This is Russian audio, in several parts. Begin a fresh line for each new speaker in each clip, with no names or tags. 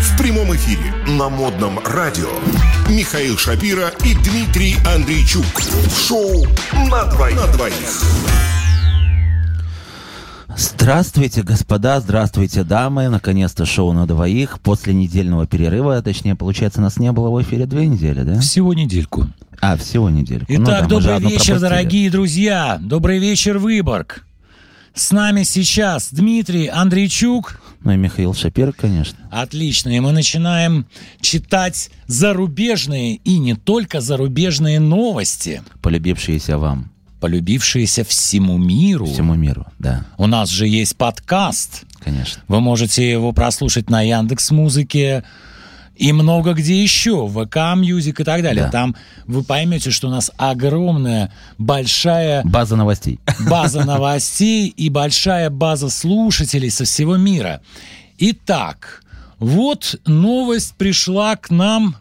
В прямом эфире на модном радио Михаил Шапира и Дмитрий Андрейчук. Шоу на двоих. На двоих.
Здравствуйте, господа, здравствуйте, дамы. Наконец-то шоу на двоих. После недельного перерыва, а точнее, получается, нас не было в эфире две недели, да?
Всего недельку.
А, всего недельку.
Итак,
Ну да, мы же
добрый
одну
вечер,
пропустили.
дорогие друзья. Добрый вечер, Выборг. С нами сейчас Дмитрий Андрейчук.
Ну и Михаил Шапир, конечно.
Отлично. И мы начинаем читать зарубежные и не только зарубежные новости,
Полюбившиеся вам,
полюбившиеся всему миру.
всему миру, да,
У нас же есть подкаст.
конечно.
Вы можете его прослушать на Яндекс Музыке и много где еще, в ВК Мьюзик и так далее.
Да.
Там вы поймете, что у нас огромная, большая
База новостей.
база новостей и большая база слушателей со всего мира. Итак, вот новость пришла к нам.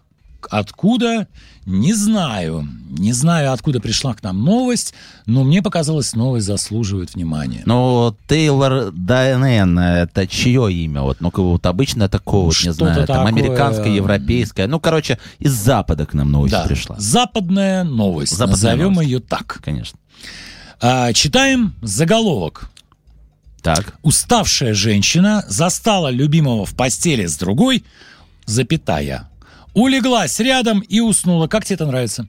Откуда? Не знаю. Не знаю, откуда пришла к нам новость, но мне показалось, новость заслуживает внимания.
Ну, Тейлор Дайнен, это чье имя? Вот, ну, вот обычно такого вот не
Что-то
знаю. Там
такое,
американское, европейское. Ну, короче, из Запада к нам новость
Да,
пришла.
западная новость.
Западная
Назовем
новость.
ее так.
Конечно.
А, читаем заголовок.
Так.
Уставшая женщина застала любимого в постели с другой, запятая. Улеглась рядом и уснула. Как тебе это нравится?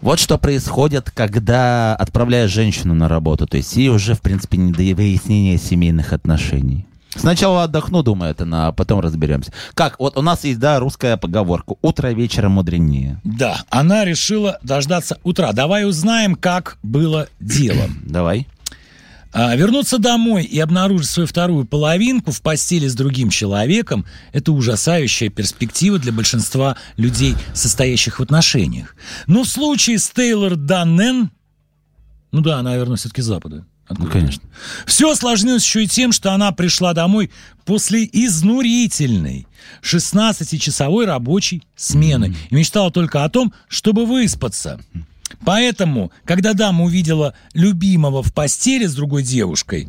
Вот что происходит, когда отправляешь женщину на работу. То есть ей уже, в принципе, не до выяснения семейных отношений. Сначала отдохну, думает она, а потом разберемся. Как? Вот у нас есть, да, русская поговорка. Утро вечера мудренее.
Да, она решила дождаться утра. Давай узнаем, как было дело.
Давай.
А, вернуться домой и обнаружить свою вторую половинку в постели с другим человеком – это ужасающая перспектива для большинства людей, состоящих в отношениях. Но в случае с Тейлор Даннен, ну да, она, наверное, все-таки Запада.
Ну, конечно.
Все осложнилось еще и тем, что она пришла домой после изнурительной 16-часовой рабочей смены и мечтала только о том, чтобы выспаться. Поэтому, когда дама увидела любимого в постели с другой девушкой,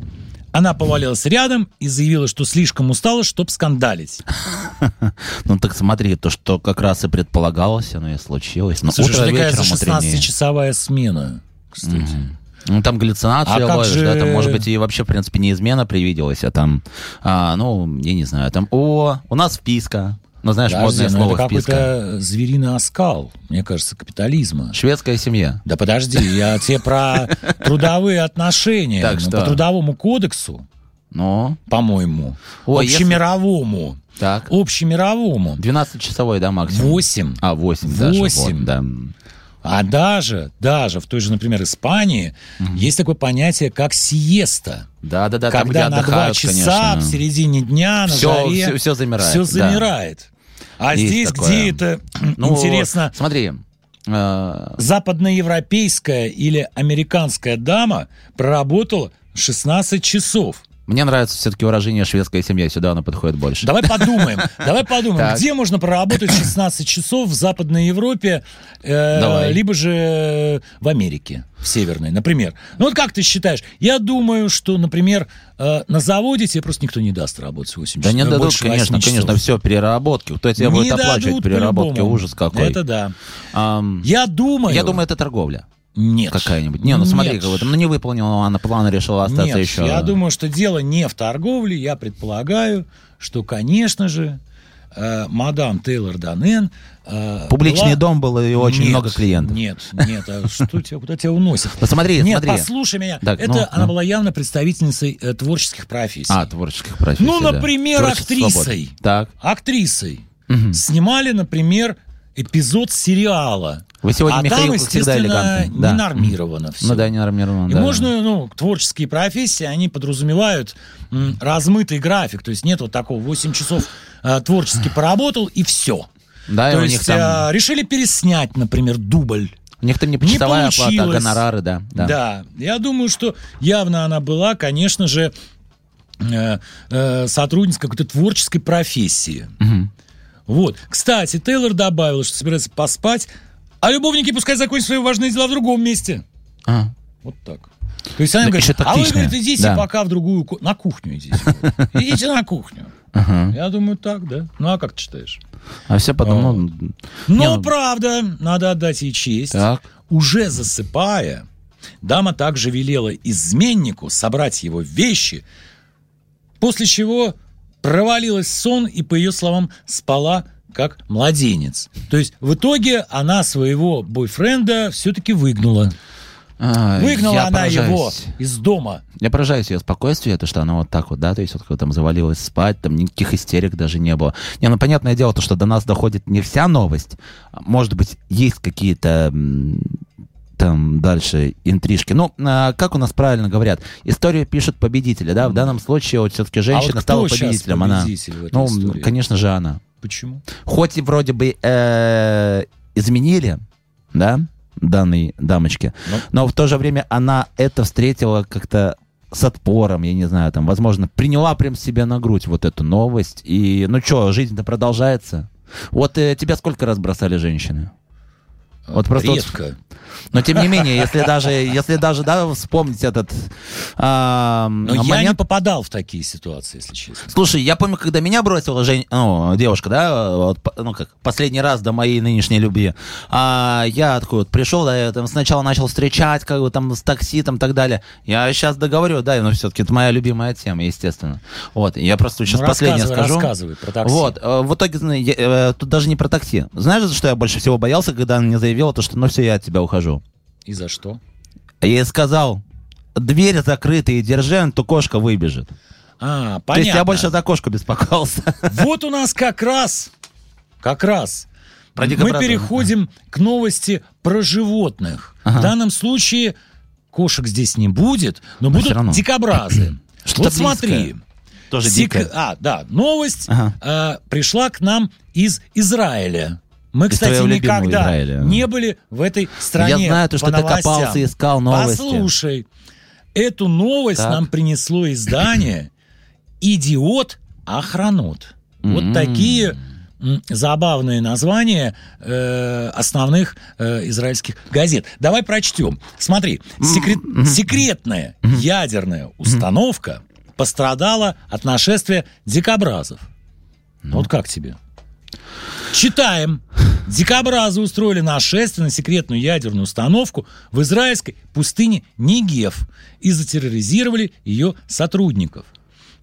она повалилась рядом и заявила, что слишком устала, чтобы скандалить.
Ну так смотри, то, что как раз и предполагалось, оно и случилось. Но
Слушай,
утро
что такая за
вечером мудренее.
16-часовая смена, кстати.
Ну там галлюцинации
А как
ловишь, да, там
же-
может быть и вообще, в принципе, не измена привиделась, а там, а, ну, я не знаю, там, о, у нас вписка. Ну знаешь,
Подожди,
модное
ну
слово
это
вписка.
какой-то звериный оскал, мне кажется, капитализма.
Шведская семья.
Да подожди, я тебе про трудовые отношения.
Так
Ну,
что?
По трудовому кодексу,
Ну,
по-моему,
Ой,
общемировому,
так.
общемировому,
12-часовой, да, максимум?
8,
А, 8 даже. вот,
Восемь.
да.
а даже, даже в той же, например, Испании есть такое понятие, как сиеста.
Да, да, да, там, где
когда на два
отдыхают,
часа
конечно.
в середине дня, на
Всё-
заре,
всё- всё замирает,
всё
да.
замирает. А
Есть
здесь,
такое.
где это
Ну,
интересно,
Смотри, э,
западноевропейская или американская дама проработала 16 часов.
мне нравится все-таки выражение «шведская семья», сюда оно подходит больше.
Давай подумаем. Давай подумаем,
Так.
где можно проработать 16 часов в Западной Европе, э,
Давай.
либо же э, в Америке, в Северной, например. Ну вот как ты считаешь? Я думаю, что, например, э, на заводе тебе просто никто не даст работать 8
Да
часов.
не
ну,
дадут,
больше
конечно,
8 часов.
конечно, все переработки. То есть я
Не
будет
дадут
оплачивать переработки,
по-любому.
ужас какой.
Это да.
Ам,
Я думаю...
я думаю, это торговля
Нет.
какая-нибудь. Не, ну смотри,
Нет.
как бы там, ну не выполнила она план, решила остаться
Нет,
еще.
я думаю, что дело не в торговле. Я предполагаю, что, конечно же, э, мадам Тейлор Данен... э,
Публичный
была-
дом был и очень
Нет,
много клиентов.
Нет, нет, а что тебя, куда тебя уносит?
Посмотри,
Нет,
смотри.
послушай меня.
Так,
это
ну,
она
ну.
была явно представительницей э, творческих профессий.
А, творческих профессий.
Ну,
да.
например,
Творчество свободы.
актрисой.
Так.
Актрисой.
Мгм.
Снимали, например, эпизод сериала.
Вы сегодня,
а
Михаил,
там,
как всегда,
естественно,
элегантный. Да.
не нормировано все.
Ну да, не нормировано.
И
да.
можно, ну, творческие профессии, они подразумевают м, размытый график. То есть нет вот такого 8 часов э, творчески поработал и все.
Да, и
То
А у
есть
них там,
э, решили переснять, например, дубль.
у них там не почасовая оплата, а
получилось.
гонорары, да.
Да. я думаю, что явно она была, конечно же, э, э, сотрудница какой-то творческой профессии.
Мгм.
Вот. Кстати, Тейлор добавила, что собирается поспать, а любовники пускай закончат свои важные дела в другом месте.
А.
Вот так. То есть она
Ну,
говорит,
ещё
а вы,
тактичная.
говорит, идите
Да.
пока в другую ку- на кухню идите. Идите на кухню.
Ага.
Я думаю, так, да. Ну а как ты считаешь?
А все потом, ну, не,
Но
ну,
правда, надо отдать ей честь.
так.
Уже засыпая, дама также велела изменнику собрать его вещи, после чего провалилась в сон и, по ее словам, спала как младенец. То есть в итоге она своего бойфренда все-таки выгнала.
А,
Выгнала
я
она
поражаюсь.
его из дома.
Я поражаюсь ее спокойствию, то, что она вот так вот, да, то есть вот там завалилась спать, там никаких истерик даже не было. Не, ну понятное дело, то, что до нас доходит не вся новость, А, может быть, есть какие-то м, там дальше интрижки. Ну, а, как у нас правильно говорят, историю пишут победители, да, в данном случае вот все-таки женщина
а вот
стала
кто сейчас
победителем, она.
победитель в этой
Ну,
истории?
конечно же, она.
Почему?
хоть и вроде бы э, изменили, да, данной дамочке,
Ну.
но в то же время она это встретила как-то с отпором, я не знаю, там, возможно, приняла прям себе на грудь вот эту новость. И, ну что, жизнь-то продолжается. Вот э, тебя сколько раз бросали женщины? Вот просто вот-
Э, Редко.
Но тем не менее, если даже, если даже, да, вспомнить этот а,
Но
момент,
я не попадал в такие ситуации, если честно.
Слушай, я помню, когда меня бросила жен... ну, девушка, да, вот, по- ну как, последний раз до моей нынешней любви, а, я такой вот пришел, да, я там сначала начал встречать, как бы там с такси, там так далее. Я сейчас договорю, да, но все-таки это моя любимая тема, естественно. Вот, я просто сейчас
Ну,
последнее
рассказывай,
скажу.
рассказывай про такси.
Вот, э, в итоге, зна- я, э, тут даже не про такси. Знаешь, за что я больше всего боялся, когда она мне заявила, то, что ну все, я от тебя ухожу.
И за что?
Я ей сказал, дверь закрыта и держи, а то кошка выбежит.
А, понятно.
То есть я больше за кошку беспокоился.
Вот у нас как раз, как раз
Про
мы
дикобраза.
переходим к новости про животных.
Ага.
В данном случае кошек здесь не будет, но,
Но всё
будут
равно.
дикобразы.
Что-то
Вот смотри.
близкое. Тоже
Сек-
дикое.
А, да, новость
Ага.
э, пришла к нам из Израиля. Мы, кстати,
твоего любимого
никогда
Израиля.
не были в этой стране.
Я знаю, то, что
по
ты копался,
новостям.
искал новости.
Послушай, эту новость
Так.
нам принесло издание «Идиот Охранот».
М.
Вот такие м, забавные названия э, основных э, израильских газет. Давай прочтем. Смотри, секрет- секретная ядерная установка пострадала от нашествия дикобразов.
Ну.
Вот как тебе? Читаем. Дикобразы устроили нашествие на секретную ядерную установку в израильской пустыне Нигев и затерроризировали ее сотрудников.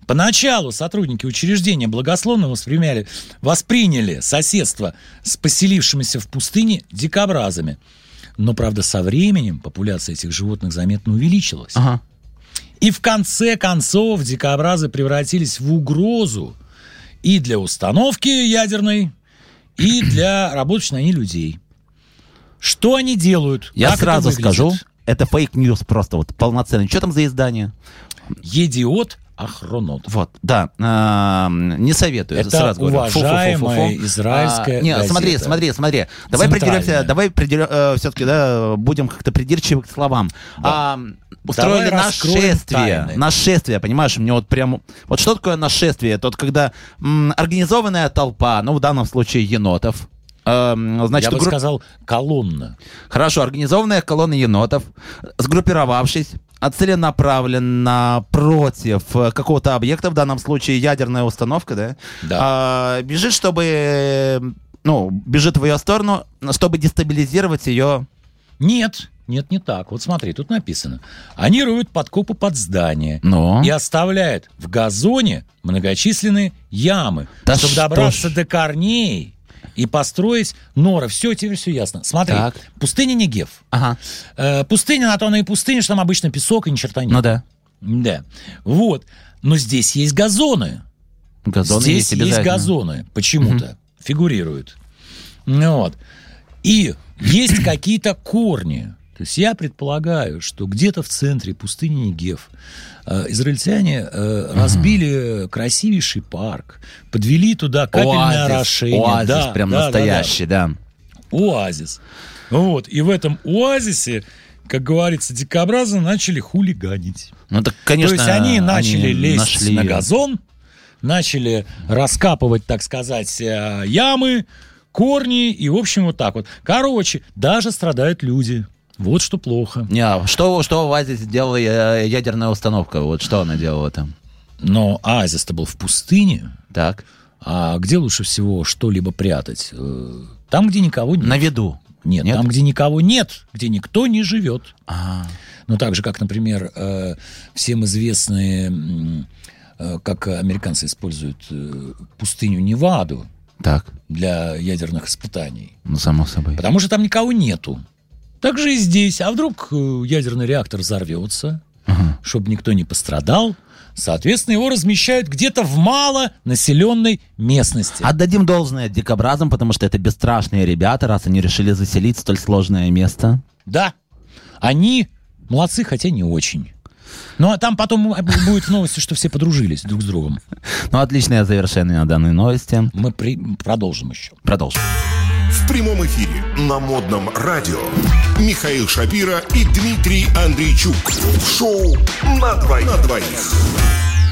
Поначалу сотрудники учреждения благословно восприняли, восприняли соседство с поселившимися в пустыне дикобразами. Но, правда, со временем популяция этих животных заметно увеличилась.
Ага.
И в конце концов дикобразы превратились в угрозу и для установки ядерной, и для работающих на ней людей. Что они делают?
Я
Как это
сразу
выглядит?
скажу, это фейк-ньюс просто вот полноценный. Что там за издание?
Едиот Ахронот.
Вот, да, а, м, не советую.
Это
сразу говорю. Фу-фу-фу-фу-фу.
уважаемая израильская
А, не,
газета.
смотри, смотри, смотри. Давай
Центральная.
придеремся, давай все-таки, да, будем как-то придирчивы к словам. А, устроили
Давай раскроем
нашествие.
тайны.
Нашествие, понимаешь, мне вот прям... Вот что такое нашествие? Это вот когда м, организованная толпа, ну, в данном случае енотов, эм, значит,
Я бы
гру-
сказал колонна.
Хорошо, организованная колонна енотов, сгруппировавшись, а целенаправленно против э, какого-то объекта, в данном случае ядерная установка, да,
Да.
а, бежит, чтобы, э, ну, бежит в ее сторону, чтобы дестабилизировать ее.
Нет, нет, не так. Вот смотри, тут написано. Они роют подкопы под здание
Ну,
и оставляют в газоне многочисленные ямы,
Да
чтобы
что
добраться
ж.
до корней и построить норы. Все, теперь все ясно. Смотри,
Так.
пустыня Негев.
ага,
Э, пустыня, на то она и пустыня, что там обычно песок и ни черта нет.
ну да,
Да. Вот. Но здесь есть газоны.
газоны
Здесь есть,
обязательно.
газоны, почему-то фигурируют. Ну Вот. И есть какие-то корни. То есть я предполагаю, что где-то в центре пустыни Негев э, израильтяне э, разбили красивейший парк, подвели туда капельное
Оазис,
орошение.
оазис
Да,
прям
да, да, да.
настоящий, да.
Оазис. Вот. И в этом оазисе, как говорится, дикобразы начали хулиганить.
Ну так, конечно,
То есть они начали лезть
нашли
на
её.
газон, начали раскапывать, так сказать, э, ямы, корни и, в общем, вот так вот. Короче, даже страдают люди. Вот что плохо.
Не, а что, что в Азии сделала э, ядерная установка? Вот что она делала там?
Но оазис-то был в пустыне.
Так.
А где лучше всего что-либо прятать? Э, Там, где никого нет.
На виду.
Нет,
Нет?
там, где никого нет, где никто не живет.
А,
Ну, так же, как, например, э, всем известные, м, э, как американцы используют э, пустыню Неваду
так.
для ядерных испытаний.
Ну, само собой.
Потому что там никого нету. Так же и здесь. А вдруг э, ядерный реактор взорвется,
Ага.
чтобы никто не пострадал? Соответственно, его размещают где-то в малонаселенной местности.
Отдадим должное дикобразам, потому что это бесстрашные ребята, раз они решили заселить столь сложное место.
Да. Они молодцы, хотя не очень. Ну, а там потом э, будет в новости, что все подружились друг с другом.
Ну, отличное завершение данной новости.
Мы при- продолжим еще.
Продолжим.
В прямом эфире на модном радио Михаил Шапира и Дмитрий Андрейчук. В шоу на двоих. На двоих.